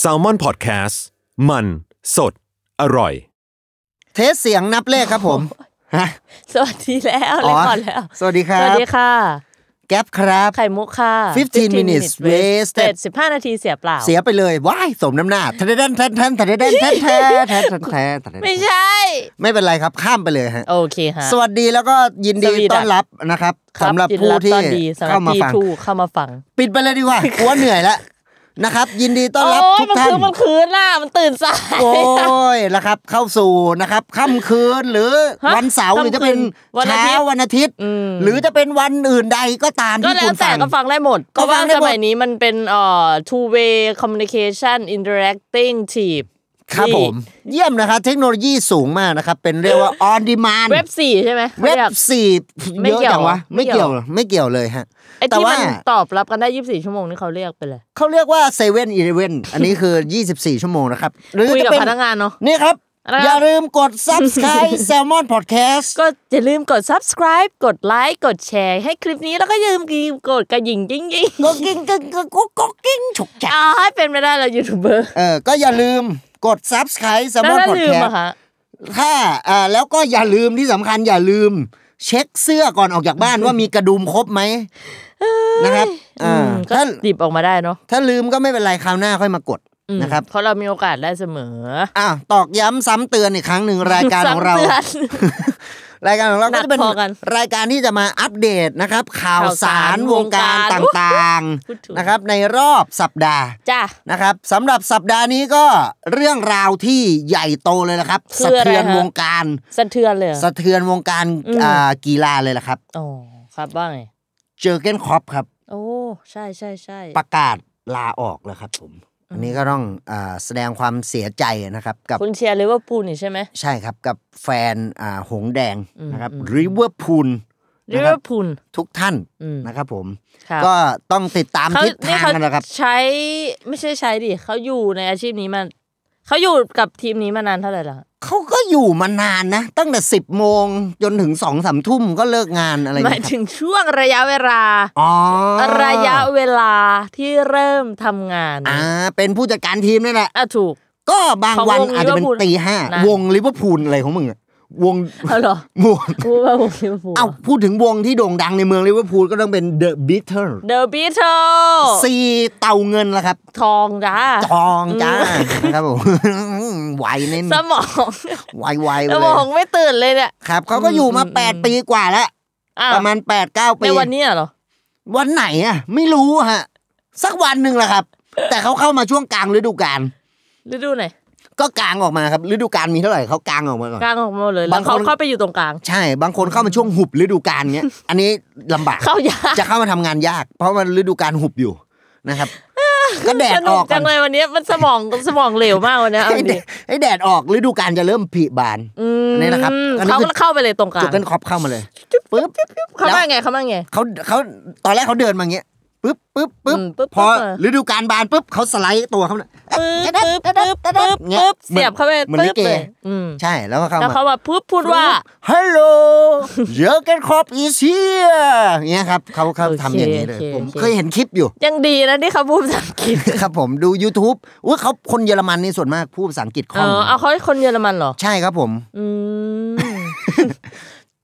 แซลมอนพอดแคสต์มันสดอร่อย เทสเสียงนับเลขครับผมฮะ สวัสดีแล้ว อ๋ แล้ อ วก่อนแล้ว สวัสดีครับ สวัสดีค่ะ แก๊ปครับ ไข่มุกค่ะ 15 minutes wasted สิบห้านาทีเสียเปล่า เสียไปเลยว้ายสมน้ำหน้าทะเดนแทนแทนทะเดนแทนแทนแทนแทนแทนแทน ไม่ใช่ ไม่เป็นไรครับข้ามไปเลยฮะ โอเคฮะ สวัสดีแล้วก็ยินดี สวีดัส ต้อนรับนะครับ ค สำหรับ ยิน ผู้ที่ ตอนดีสำหรั เข้า บ มา ที่ ฟัง ทูเข้ามาฟัง ปิดไปเลยดีกว่าหัวเหนื่อยแล้วนะครับ ยินดีต้อนรับ โอ้ย ทุกท่าน มันคืนมันคืนล่ะ มันตื่นสาย โอ้ยนะครับเข้าสู่นะครับค่ำคืนหรือ ฮะ วันเสาร์หรือจะเป็น ค่ำคืนวัเช้าวันนอาทิตย์อาทิตย์ อืม หรือจะเป็นวันอื่นใดก็ตาม ก็ ที่ แล้ คุ ว ณ แต่ ฟัง ก็ฟังได้หมด ก็ เพราะ ฟั ว่าง ได้หมด สมัยนี้มันเป็นเอ่อ two way communication interacting team ครับผม เยี่ยมนะครับ เทคโนโลยีสูงมากนะครับ เป็นเรียกว่า on demand เว็บสี่ใช่ไหม เว็บ รียก สี่ ไม่ เยอะ เกี่ยว จังวะ ไม่ ไม่ เกี่ เกี่ย ยว ว ไม่เกี่ยวเลยฮะ ไอ้ แต่ ที่ ว่า มันตอบรับกันได้ยี่สิบสี่ชั่วโมงนี่เขาเรียกไปเลย เขาเรียกว่าเซเว่นอีเวนอันนี้คือ 24 ชั่วโมงนะครับ คุยกับ เป็ พนักงานเนอะ นี่ครับ อะไรนะ อย่าลืมกด subscribe Salmon Podcast ก็อย่าลืมกด subscribe กดไลค์กดแชร์ให้คลิปนี้แล้วก็อย่าลืมกดกระยิ่งยิ่งยิ่ง ก็กิ้งก็กิ้งก็กิ้งฉุกจัก อ่าให้เป็นไม่ได้เรายูทูบเบอร์ เออ ก็อย่าลืมกด subscribe แล้ Salmon วถ้าลืม Podcast อะคะ ถ้าอ่าแล้วก็อย่าลืมที่สำคัญอย่าลืม เช็คเสื้อก่อนออกจากบ้านว่ามีกระดุมครบไหมนะครับอ่า อืมก็ ถ้า ดิบออกมาได้เนาะ ถ้าลืมก็ไม่เป็นไรคราวหน้าค่อยมากด อืม นะครับ เพราะเรามีโอกาสได้เสมอ อ่ะตอกย้ำซ้ำเตือนอีกครั้งหนึ่งรายการของเรา ซ้ำตือน รายการของเราก็จะเป็น หนักพอกัน รายการที่จะมาอัปเดตนะครับ ข่าว ข่าว สา สาร ร วงการ วงการ ต่าง พูดถึง ๆนะครับ ในรอบสัปดาห์ จ้ะ นะครับสำหรับสัปดาห์นี้ก็เรื่องราวที่ใหญ่โตเลยนะครับ คือ สะ อะไร เทือน ฮะ วงการ สะเทือนเลยเหรอ สะเทือนวงการ อืม อ่ากีฬาเลยละครับ อ๋อครับว่าไง เจอร์เกนครอปครับ โอ้ใช่ใช่ใช่ ประกาศลาออกแล้วครับผมอันนี้ก็ต้องอ่าแสดงความเสียใจนะครับกับ คุณเชียร์ลิเวอร์พูลนี่ใช่ไหม ใช่ครับ กับแฟนอ่าหงส์แดง อืม นะครับ อืม ริเวอร์พูล ลิเวอร์พูล ทุกท่าน อืม นะครับผม ครับ ก็ต้องติดตาม เขา ทิศ นี่ ทาง เขา กันนะครับ ใช้ไม่ใช่ใช้ดิเขาอยู่ในอาชีพนี้มาเขาอยู่กับทีมนี้มานานเท่าไหร่ละ เขาก็อยู่มานานนะ ตั้งแต่ 10 โมงจนถึง2องสามทุ่มก็เลิกงานอะไรอ ห ย่าง มาย เงี้ยครับ ถึงช่วงระยะเวลา อ๋อ ระยะเวลาที่เริ่มทำงาน อ่าเป็นผู้จัดการทีมนั่นแหละ อ่ะถูก ก็บางวัน ของวง อาจจะเป็น Liverpool ตีห้า นะ วงลิเวอร์พูลอะไรของมึงอะวง เอาเหรอ วง พูดว่าผมคิดว่าผม เอ้าพูดถึงวงที่โด่งดังในเมืองลิเวอร์พูลก็ต้องเป็นเดอะบิทเทิล เดอะบีเทิล ซีเต่าเงินละครับ ทองจ้า ทองจ้า อื นะครับผมไหวเน้น สมอง ไหวไวๆไป ส เล ม ย องไม่ตื่นเลยเนี่ย ครับเขาก็อยู่มา อืม 8 ปีกว่าแล้ว อ่ ประมาณ 8 9 ใน ปี วันเนี้ยเหรอ วันไหนอ่ะ ไม่รู้ฮะ สักวันหนึ่งแหละครับ แต่เขาเข้ามาช่วงกลางฤดูกาล ฤดูไหน ก็กลางออกมาครับฤดูกาลมีเท่าไหร่เขากลางออกมาก่อน กลางออกมาเลย แล้ บาว งคน เขาเข้าไปอยู่ตรงกลาง ใช่บางคนเข้ามาช่วงหุบฤดูกาล เงี้ย อันนี้ลำบาก เข้ายาก จะเข้ามาทำงานยาก เพราะมันฤดูกาลหุบอยู่ นะครับก็แด ส ดอ นุก อกก่ จั อน งเลยวันเนี้ยมันสมองสมองเหลวมากวันเนี้ยเอา ให้แด ดิ ดให้แดดออกฤดูกาลจะเริ่มผลิบาน อืม นี่นะครับอันนี้ เขา คือ เข้าไปเลยตรงกลา จุ ง กเกินคอปเข้ามาเลยปึ๊บ เขาว่าไงเขาว่าไง เขาเขาตอนแรกเขาเดินมาอย่างเงี้ยปึ๊บปึ๊บปึ๊บ อืมปึ๊บ พอ ปึ๊บเออ ฤดูกาลบานปึ๊บเขาสไลด์ตัวเขาน่ะ ปึ๊บปึ๊บปึ๊บปึ๊บปึ๊บเสียบเข้าไป เหมือนลิ ปึ๊บ เก เลยอืม ใช่แล้วก็เข้า แล้ว มา เขาแบบพูดพูดว่า ฮัลโหล เยอเกนครอปอีเชียางเงี้ยครับเขาเขา โอเค ทำอย่างนี้เลย โอเค ผม โอเค เคยเห็นคลิปอยู่ ยังดีนะที่เขาพูดภาษาอังกฤษ ครับผมดู YouTube อุ้ยเขาคนเยอรมันนี่ส่วนมากพูดภาษาอังกฤษคล่ เอ อง อเอาเขาคนเยอรมันเหรอ ใช่ครับผม อืม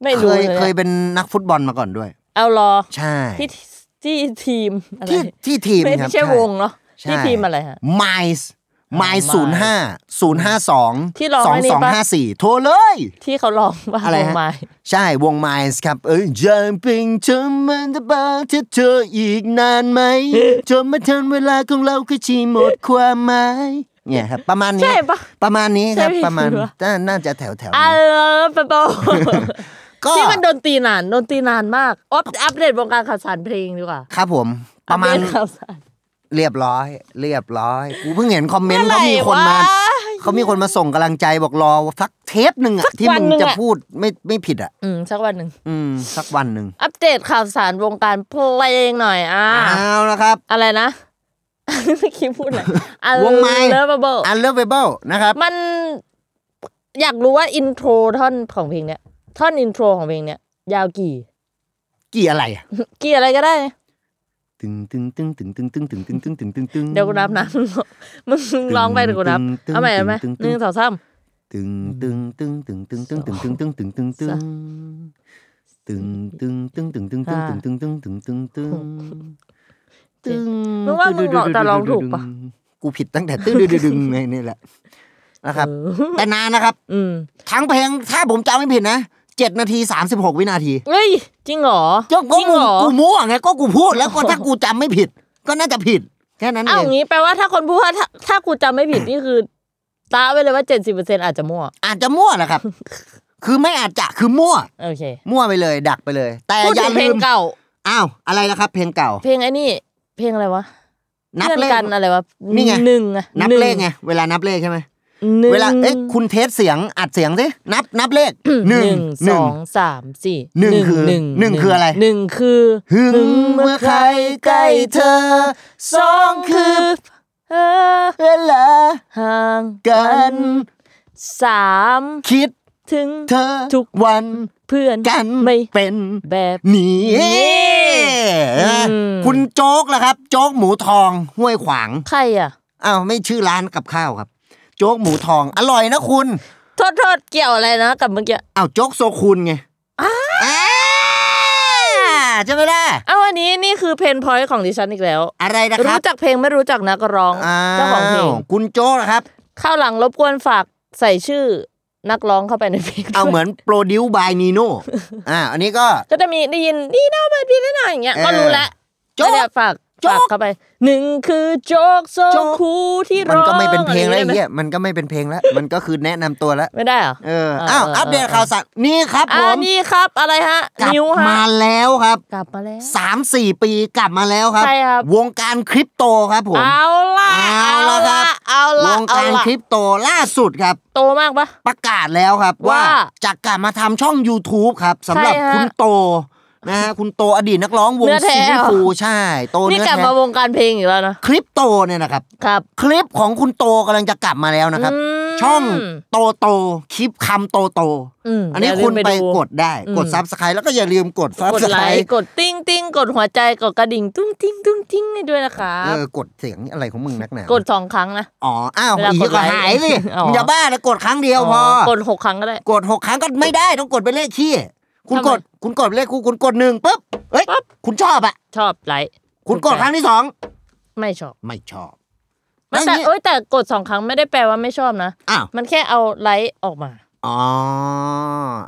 ไม่ เค รู้เลย ย เคย อะ เป็นนักฟุตบอลมาก่อนด้วย เอารอ ใช่ ที่ที่ทีมอะไร ที่ที่ทีม ไม่ ครับ ใช่วงเนาะ ใช่ ที่ทีมอะไรฮะ ไมซ์ไมซ์ศูนย์ห้าศูนย์ห้าสอง ที่ร้อง สอง ไอ้นี่ สอง ปะ ห้าสี่โทรเลย ที่เขาร้องว่า อะไร วง ฮะ ไม้ ใช่วงไมซ์ครับ เอ้ยยังเป็นเธอมันจะบาที่เธออีกนานไห ม จนมาทันเวลาของเราก็ชีหมดความหมายเนี่ยครับ ประมาณนี้ ใช่ปะ ประมาณนี้ครับ ใช่ไหม ประมาณ หรือว่า น่าน่าจะแถวแถวๆ เอ นี้ อปะโต ก็ ที่มันดนตรีนานดนตรีนานมากอัปอัปเดตวงการข่าวสารเพลงดีกว่า ครับผมประมา อั ณ ปเดตข่าวสาร เรียบร้อย เรียบร้อยกูเพิ่งเห็นคอมเมนต์ อะ เขามีคนมา วะ เขามีคนมาส่งกำลังใจบอกรอสักเทปหนึ่ง สั อะ ก ที่ วัน มึง หนึ่ง จะ อะ พูดไม่ไม่ผิดอะ อืมสักวันหนึ่ง อืม สักวันหนึ่ง อัปเดตข่าวสารวงการเพลงหน่อยอ่า เอาละครับ อะไรนะ เมื่อกี้พูดอะไร วงไม้ เลฟเบิ unlovable นะครับ มันอยากรู้ว่าอินโทรท่อนของเพลงเนี้ยท่อนอินโทรของเพลงเนี้ยยาวกี่ กี่อะไรอะ กี่อะไรก็ได้นะ ตึงตึงตึงตึงตึงตึงตึงตึงตึงตึงตึงตึง เดี๋ยวกูนับนะ มึงร้องไปเดี๋ยวกูนับ ตึง เอาใหม่เอาใหม่ ตึงตึง หนึ่งสองสาม ตึงตึงตึงตึงตึงตึงตึงตึงตึงตึงตึงตึงตึงตึงตึงตึงตึงตึงตึงตึงตึงตึงตึงตึงตึง มึงว่ามึงเหมาะจะร้องถูกปะ กูผิดตั้งแต่ตึ้งดึงดึงดึงไงนี่แหละนะครับ แต่นานนะครับ อืม ทั้งเพลงถ้าผมจำไม่ผิดนะเจ็ดนาทีสามสิบหกวินาที เฮ้ยจริงเหรอ ก็ จ กู ริงเหรอ กูมั่วไงก็กูพูดแล้วก็ถ้ากูจำไม่ผิด ก็น่าจะผิด แค่นั้น อ้า เอ ว ง งี้แปลว่าถ้าคนพูดว่าถ้าถ้ากูจำไม่ผิดนี่คือตาไว้เลยว่าเจ็ดสิบเปอร์เซ็นอาจจะมั่ว อาจจะมั่วแหละครับ คือไม่อาจจะคือมั่ว โอเค มั่วไปเลย ดักไปเลย แต่ พูด อ ถึ ย่าง เพล ลื ง ม เก่า อ้าวอะไรนะครับ เพลงเก่า เพลงไอ้นี่ เพลงอะไรวะ นับ พื่อน เลข กันอะไรวะ นี่ไง หนึ่งอะ นับ หง เลขไงเวลานับเลขใช่ไหม หนึ่ง เวลาเอ้ยคุณเทสเสียงอัดเสียงสินับนับเลขหนึ่งห ส นึ่ง องสามสี่ หนึ่งคือหนึ่งคืออะไร หนึ่งคือ หึงเมื่อใครใกล้เธอสองคือ เออ เวลา ห่าง กัน สาม คิด ถึง เธอ ทุก วัน เพื่อน กัน ไม่ เป็น แบบ หนี อืม คุณโจ๊กละครับ โจ๊กหมูทองห้วยขวาง ใครอ่ะ อ้าวไม่ชื่อร้านกับข้าวครับ โจ๊กหมูทองอร่อยนะคุณ โทษโทษเกี่ยวอะไรนะกับเมื่อกี้ อ้าวโจ๊กโซคุณไงอ่าใช่ไหมล่ะ เอาอันนี้นี่คือเพนพอยต์ของดิฉันอีกแล้ว อะไรนะครั รู้ บ จักเพลงไม่รู้จักนักร้อง อ้าว เจ้าของเพลง คุณโจ๊กนะครับ ข้าวหลังรบกวนฝากใส่ชื่อนักร้องเข้าไปในเพลง เอาเหมือนโปรดิวบายนีโน่อ่าอันนี้ก็ ก็จะมีได้ยินดีน่าบัดดีน่าอย่างเงี้ย เออ ก็รู้แล้ว โจ๊ก ก็เนี่ยฝาก โจ๊ก ฝากเข้าไปหนึ่งคือโจกโซ โจ๊ก คูที่ร้ มั อนง ก็ไม่เป็นเพลงแล้ว อะ ไอ้ ไร เหี้ยมันก็ไม่เป็นเพลงแล้ว มันก็คือแนะนำตัวแล้ว ไม่ได้เหรอ เออ เออ อ้าว เออ อัปเดต เออ ข่าวสารนี่ครับผ อ่ามนี่ครับอะไรฮะ กลับ นิ้วฮะ มาแล้วครับ กลับมาแล้ว สามสี่ปีกลับมาแล้วครับ ใช่ครับ วงการคริปโตครับผม เอาล่ะ เอาละครับ เอา ว ล่ะ ง เอา การ ล่ะ คริปโตล่าสุดครับ โตมากปะ ประกาศแล้วครับ ว่า ว่าจะกลับมาทำช่อง YouTube ครับสำหรับ ใช่ฮะ คุณโตนะฮะ คุณโตอดีตนักร้องวง เนื้อแท้ ซี เหร รี อ ฟูใช่ โต นี่ เนื้อก ลับ แท้ มาวงการเพลงอีกแล้วนะ คริปโตเนี่ยนะครับ ครับ คลิปของคุณโตกำลังจะกลับมาแล้วนะครับ อืม ช่องโตโตคลิปคำโตโต อืม นนี้ อย่าลืม คุณไป ไปดู กดได้ กด อืม ซับสไครต์แล้วก็อย่าลืมกดซับ กด ส ไล ไคร ค์ ต์ กดติ้งติ้งกดหัวใจกดกระดิ่งตุ้งติ้งตุ้งติ้งให้ด้วยนะครั เอบ อกดเสียงอะไรของมึงนักหนาก ก ดสองครั้งนะ อ๋ออ้าว เวลา อี ก ก ด ก็ ไลค์ หายสิ อ๋อ มึงอย่าบ้าแล้วกดครั้งเดียวพอ กดหกครั้งก็ได้ กดหกครั้งก็ไม่ได้ต้องกดเป็นเลขขี้คุณ ทำไม กด คุณกดเลขคู่คุณกดหนึ่งปุ๊บเอ้ย ปั๊บ คุณชอบอ่ะ ชอบไลค์ คุณกดครั้งที่สอง ไม่ชอบ ไม่ชอบ มัน ล้วอ แต่ ย่างงี้ เอ้ยแต่กดสองครั้งไม่ได้แปลว่าไม่ชอบนะ อ้าว มันแค่เอาไลค์ออกมา อ๋อ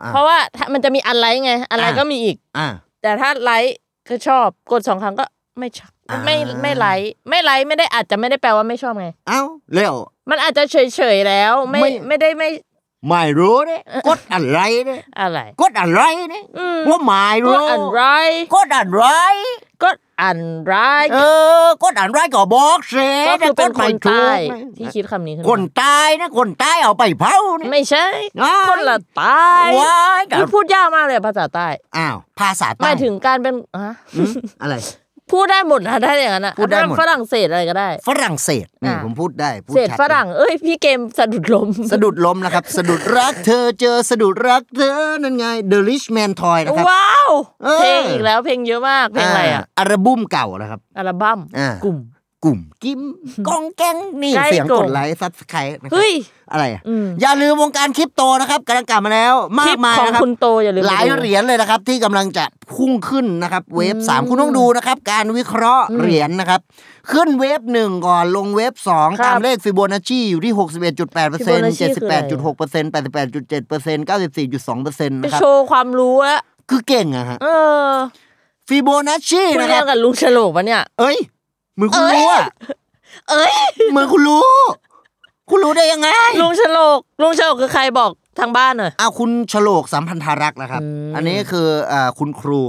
อ่ะ เพราะว่าถ้ามันจะมีอันไลค์ไงอันไลค์ อ่ะ ก็มีอีก อ่ะ แต่ถ้าไลค์ก็ชอบ กดสองครั้งก็ไม่ชอบ อ่า ไม่ไม่ไลค์ไม่ไลค์ไม่ได้อาจจะไม่ได้แปลว่าไม่ชอบไง เอ้าเร็ว มันอาจจะเฉยๆแล้ว ไม่ ไม่ ไม่ได้ไม่ ไม่รู้เนี่ยกดอะไรเนี่ย อะไร กดอะไรเนี่ย อืม ว่าไม่ ก็ รู้ อะไร กดอะไร ก็อะไร เออกดอะไรก็บอกเสีย ก็คือเป็นคนใต้ที่ คิด คิดคำนี้ขึ้น ค มาน ใตายนะคนใตายเอาไปเผาเนี่ย ไม่ใช่ ว้าย คนละใต้ ว้าย อุ๊ยพูดยากมากเลยภาษาใต้ อ้าวภาษา ห ใต้ มายถึงการเป็นฮะ อืมอะไร พูดได้หมดนะได้อย่างนั้นอะ พูดได้หมด อันนั้นฝรั่งเศสอะไรก็ได้ ฝรั่งเศสนี่ อ่า ผมพูดได้พูด เศส ชัด ฝรั่งเอ้ยพี่เกมสะดุดลม สะดุดล้มนะครับ สะดุดรักเธอเจอสะดุดรักเธอนั่นไง The Rich Man Toy นะครับ ว้าว เออ เพลงอีกแล้วเพลงเยอะมากเพลงอะไรอะ อัลบั้มเก่านะครับ อัลบั้ม อ่า กลุ่ม กลุ่มกิ้มกองแก๊งนี่ ใกล้ เสียง ก ก ด ดไลค์ซับสไครต์นะครั เฮ้ย อะไรอะ อืม อย่าลืมวงการคริปโตนะครับกำลังกลับมาแล้ว ค มา ลิ ก ป มาย ของ นะครับ คุณโตอย่าลืม หลาย ไปดู เหรียญเลยนะครับ ที่กำลังจะพุ่งขึ้นนะครับ เวฟสามคุณต้องดูนะครับ การวิเคราะห์เหรียญนะครับ ขึ้นเวฟหนึ่งก่อนลงเวฟสอง ครับ ตามเลขฟิโบนัชชีอยู่ที่ 61.8เปอร์เซ็นต์ Fibonacci คืออะไร 78.6เปอร์เซ็นต์88.7เปอร์เซ็นต์94.2เปอร์เซ็นต์ ไป นะครับ โชว์ความรู้อะ คือเก่งอะฮะ เออ ฟิโบนัชชี คุณ นะค เรี รั ย บ นกับลุงฉลกปะเนี่ย เอ้ยเหมือนคุณรู้อะ เอ้ย เหมือนคุณรู้ คุณรู้ได้ยังไง ลุงฉลกลุงฉลกคือใครบอกทางบ้านหน่อย เอาคุณฉลกสัมพันธารักษ์นะครับ อืม อันนี้คืออ่าคุณครู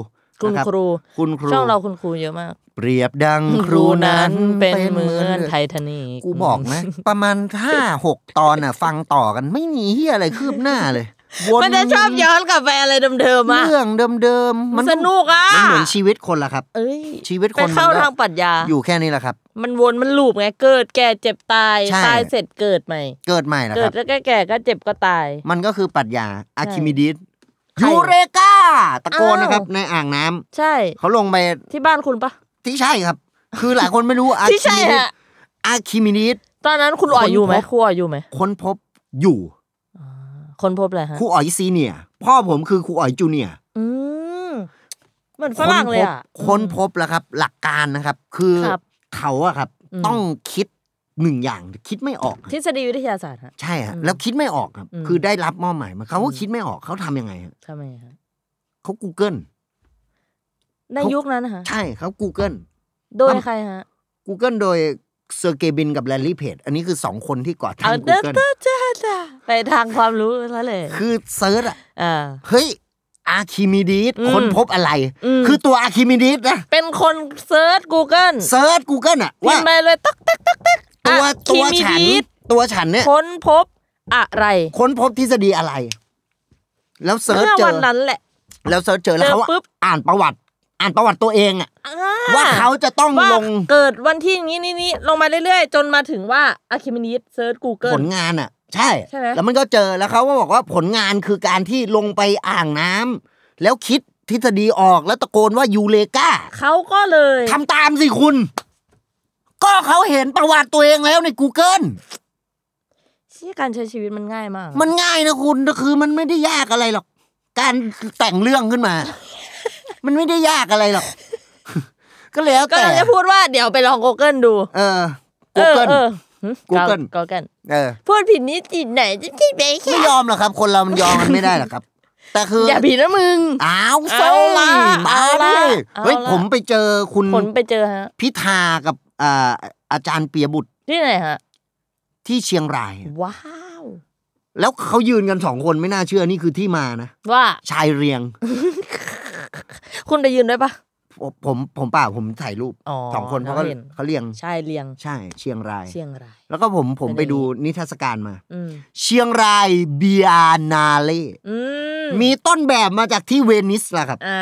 คุณ นะบ ครู คุณครู ช่องเราคุณครูเยอะมาก เปรียบดังครูนั้น เป็นเหมือนไททานิค กูบอกนะ ประมาณห้าหกตอนอ่ะ ฟังต่อกันไม่มีเฮียอะไรคืบหน้าเลยวน มันจะชอบย้อนกลับไปอะไรเดิมๆอะ เรื่องเดิมๆ มันสนุกอะ มันเหมือนชีวิตคนละครับ เอ้ย ชีวิต ไป คนมันก็ เข้าทางปรัชญา อยู่แค่นี้แหละครับ มันวนมันลูปไงเกิดแก่เจ็บตาย ใช่ ตายเสร็จเกิดใหม่ เกิดใหม่นะ เกิ ค ด รับ แล้วก็แก่ก็เจ็บก็ตาย มันก็คือปรัชญาอะคิมิดิส ใคร ยูเรกาตะโกนนะครับ อ้าว ในอ่างน้ำ ใช่ เขาลงไป ที่บ้านคุณปะ ที่ใช่ครับ คือหลายคนไม่รู้อะ ที่ คิ ใช่ มิดิส อะ อะคิมิดิส ตอนนั้นคุณอ่อยอยู่ไหม คนพบ ครูอ่อยอยู่ไหม ค้นพบอยู่ คนพบอะไรฮะ ครูอ๋อยซีเนียร์พ่อผมคือครูอ๋อยจูเนียร์ อืมเหมือนฝรั่งเลยอ่ะ ค้นพบแล้วครับ หลักการนะครับ คือ ครับ เขาอะครับ อืม ต้องคิดหนึ่งอย่างคิดไม่ออก ทฤษฎีวิทยาศาสตร์ฮะ ใช่ฮะ อืม แล้วคิดไม่ออกครับ อืม คือได้รับมอบหมายมาเขาก็ อืม คิดไม่ออกเขาทำยังไงฮะ ทำไมฮะ เขา Google ในยุคนั้นนะคะ ใช่เขา Google โดยใครฮะ Google โดยเซอร์เกย์บินกับแลนลี่เพจอันนี้คือสองคนที่ก่อตั้ เอา ง เด้อ Google เด้อจ้าจ้าไปทางความรู้แล้วเลย คือเซิร์ชอะ อ่า เฮ้ยอาร์คิมิดีส อืม ค้นพบอะไร อืม คือตัวอาร์คิมิดีสนะ เป็นคนเซิร์ช Google เซิร์ช Google อะ พิ ว่าม พ์ไปเลยตักตักตักตัก ตัวตัวฉัน คิมิดิส ตัวฉันเนี่ย ค้นพบอะไร ค้นพบทฤษฎีอะไร แล้วเซิร์ช เมื่อ เจ วั อ นนั้นแหละ แล้วเซิร์ชเจอแล้วเขา เจอปุ๊บ อ่านประวัติ อ่านประวัติตัวเองอะ อ่ ว่าเขาจะต้อง ว่า ลง เกิดวันที่นี้นี้นี้ลงมาเรื่อยๆ จนมาถึงว่าอะคิมินิสเซิร์ช ผ Google ลงานอะใช่ ใช่ไหม แล้วมันก็เจอแล้วเขาก็บอกว่าผลงานคือการที่ลงไปอ่างน้ำแล้วคิดทฤษฎีออกแล้วตะโกนว่ายูเลกา เขาก็เลย ทำตามสิคุณ ก็เขาเห็นประวัติตัวเองแล้วใน Google เชี่ยการใช้ชีวิตมันง่ายมาก มันง่ายนะคุณคือมันไม่ได้ยากอะไรหรอก การแต่งเรื่องขึ้นมา มันไม่ได้ยากอะไรหรอก ก็แล้ว ก็ แต่ เราจะพูดว่าเดี๋ยวไปลอง Google ดู เออ เออ Google เออหึ Google Google เออ พูดผิดนิดจิตไหนจะคิดไปแค่ ไม่ยอมหรอกครับ คนเรามันยอมกันไม่ได้หรอกครับ แต่คืออย่อาผิดนะมึง อ้าวโซ่ เอามาละเอาละ เลยเฮ้ย เอาละ ผมไปเจอคุณ ผลไปเจอฮะ พิธากับอ่าอาจารย์เปียบุตร ที่ไหนฮะ ที่เชียงราย ว้าว แล้วเขายืนกันสองคนไม่น่าเชื่อนี่คือที่มานะ ว่า ชายเรียง คุณไปยืนด้วยปะ ผมผมผมเปล่าผมถ่ายรูป อ๋อ สองคนเพราะเขา เขาเรียง เขาเรียง ใช่เลียง ใช่เชียงราย เชียงราย แล้วก็ผมผม อันนี้ ไปดูนิทรรศการมา อืม เชียงรายเบียนาเล อืม มีต้นแบบมาจากที่เวนิสนะครับ อ่า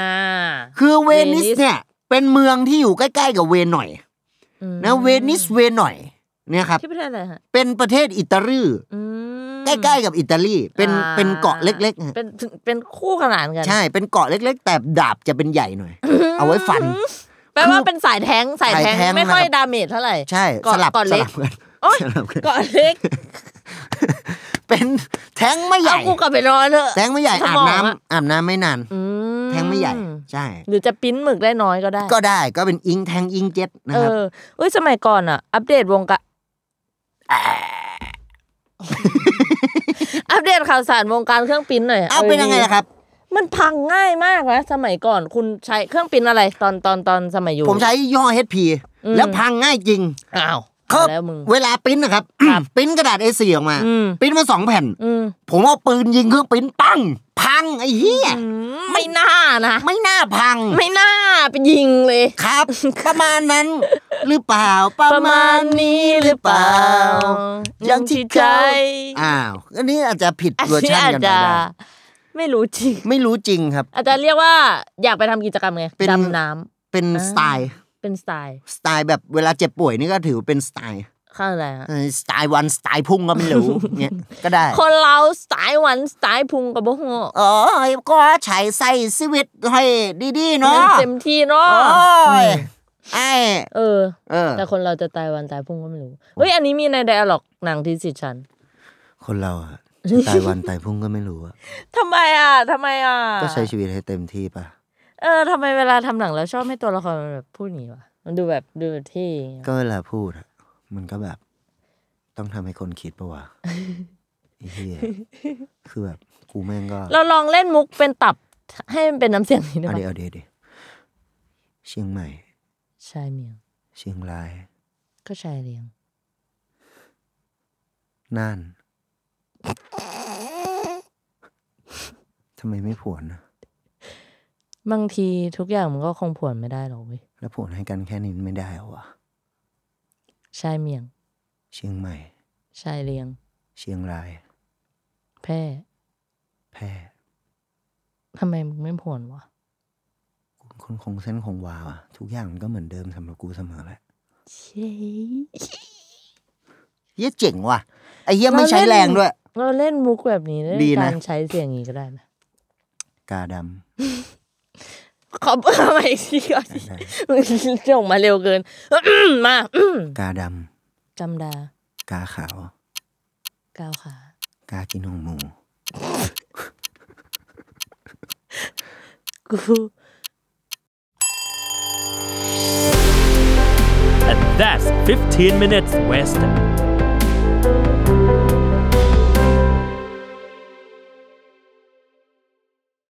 คือเวนิส เวนิส เนี่ย เป็นเมืองที่อยู่ใกล้ๆกับเวหน่อย อืม นะเวนิสเวหน่อยเนี่ยครับ ที่ประเทศอะไรฮะ เป็นประเทศอิตาลี อืม ใกล้ๆกับอิตาลีเป็น อ่ เป็นเกาะเล็กๆฮะ เป็นเป็นคู่ขนานกัน ใช่เป็นเกาะเล็ก ๆ แต่ดาบจะเป็นใหญ่หน่อย เอาไว้ฟัน แปลว่าเป็นสายแทงสายแทง สายแท้ง ไม่ค่อย นะครับ ดาเมจเท่าไหร่ ใช่ เกาะ สลับ เกาะ ส เล็ก ลับกัน โอ๊ย สลับกัน เกาะเล็ก เป็นแท้งไม่ให เอา ญ่ กูกลับไปนอนเถอะ แท้งไม่ใหญ่ ส อาบ มอง น้ำ อะ อาบน้ำไม่นาน อืม แท้งไม่ใหญ่ ใช่ หรือจะปริ้นหมึกได้น้อยก็ได้ ก็ได้ก็เป็นอิงแทงอิงเจ็ตนะ เอ ครับ อเอ้ยสมัยก่อนอ่ะ อัปเดตวงการอัปเดตข่าวสารวงการเครื่องปริ้นหน่อย เอาเป็นยังไงล่ะครับ มันพังง่ายมากนะสมัยก่อนคุณใช้เครื่องปริ้นอะไรตอนตอนตอนสมัยอยู่ ผมใช้ย่ห้อ HP อืม แล้วพังง่ายจริง อ้าว เขา เอาแล้วมึง เวลาปริ้นนะครับ ครับ ปริ้นกระดาษ A4 ออกมา อืม ปริ้นมาสองแผ่น อืม ผมเอาปืนยิงเครื่องปริ้นปัง พังไอ้เหี้ย ไม่น่านะ ไม่น่าพัง ไม่น่าไปยิงเลย ครับป ระมาณนั้น หรือเปล่าประ ประ มา มา ณ ณนี้หรือเปล่า อย่างที่ใจ อ อ้าวอันนี้อาจจะผิดั น เวอร์ นี้ ชัน อาจ กันไป จะ ได้ ไม่รู้จริง ไม่รู้จริงครับ อาจจะเรียกว่าอยากไปทำกิจกรรมไง เป็น ดำน้ำ เป็น อ่า สไตล์ เป็นสไตล์ สไตล์แบบเวลาเจ็บป่วยนี่ก็ถือเป็นสไตล์ ข้างอะไรฮะ เออสไตล์วันสไตล์พุ่งก็ไม่ รู้ เนี่ยก็ได้ คนเราสไตล์หวันสไตล์พุงกับบ่หัว เออก็ใช้ใส่ชีวิตให้ดีๆ มั เนาะ นเต็มที่เนาะ โอ้ย ไอ้ เออ เออ แต่คนเราจะตายวันตายพรุ่งก็ไม่รู้ เฮ้ย อันนี้มีในไดอะล็อกหนังที่สิทธิ์ฉัน คนเราอะจะตายวันตายพรุ่งก็ไม่รู้อะ ทำไมอ่ะทำไมอ่ะ ก็ใช้ชีวิตให้เต็มที่ปะ เออทำไมเวลาทำหนังแล้วชอบให้ตัวละครมันแบบพูดหนีวะมันดูแบบดูเท่อย่างเงี้ย ก็เวลาพูดอะมันก็แบบ ต้องทำให้คนคิดปะ วะไอ้เฮียคือแบบกูแม่งก็ เราลองเล่นมุกเป็นตับให้มันเป็นน้ำเสียงนี้ได้ เอา ไหม เดี๋ยวเอาเดี๋ยวเอาดี๋ยวเชียงใหม่ ใช่เมียง เชียงราย ก็ชายเลียง น่านทำไมไม่ผวนอะ บางทีทุกอย่างมันก็คงผวนไม่ได้หรอกเว้ย แล้วผวนให้กันแค่นี้ไม่ได้เหรอวะ ชายเมียง เชียงใหม่ ชายเลียง เชียงราย แพร่ แพร่ ทำไมมึงไม่ผวนวะ คนคงเส้นคงวาวอะทุกอย่างมันก็เหมือนเดิมสำหรับกูเสมอแหละ เช่ เหี้ยเจ๋งว่ะไอ้เหี้ยไม่ใช้แรงด้วย เราเล่นมุกแบบนี้เล่น ดีนะ การใช้เสียงอย่างนี้ก็ได้นะ กาด ขอบทำไมอีกทีก่อน ำได้ ส่งมาเร็วเกิน มาอื้อก าด จำดา ำกาขาว ก้าวขา กากินของหมู กู And that's 15 minutes west.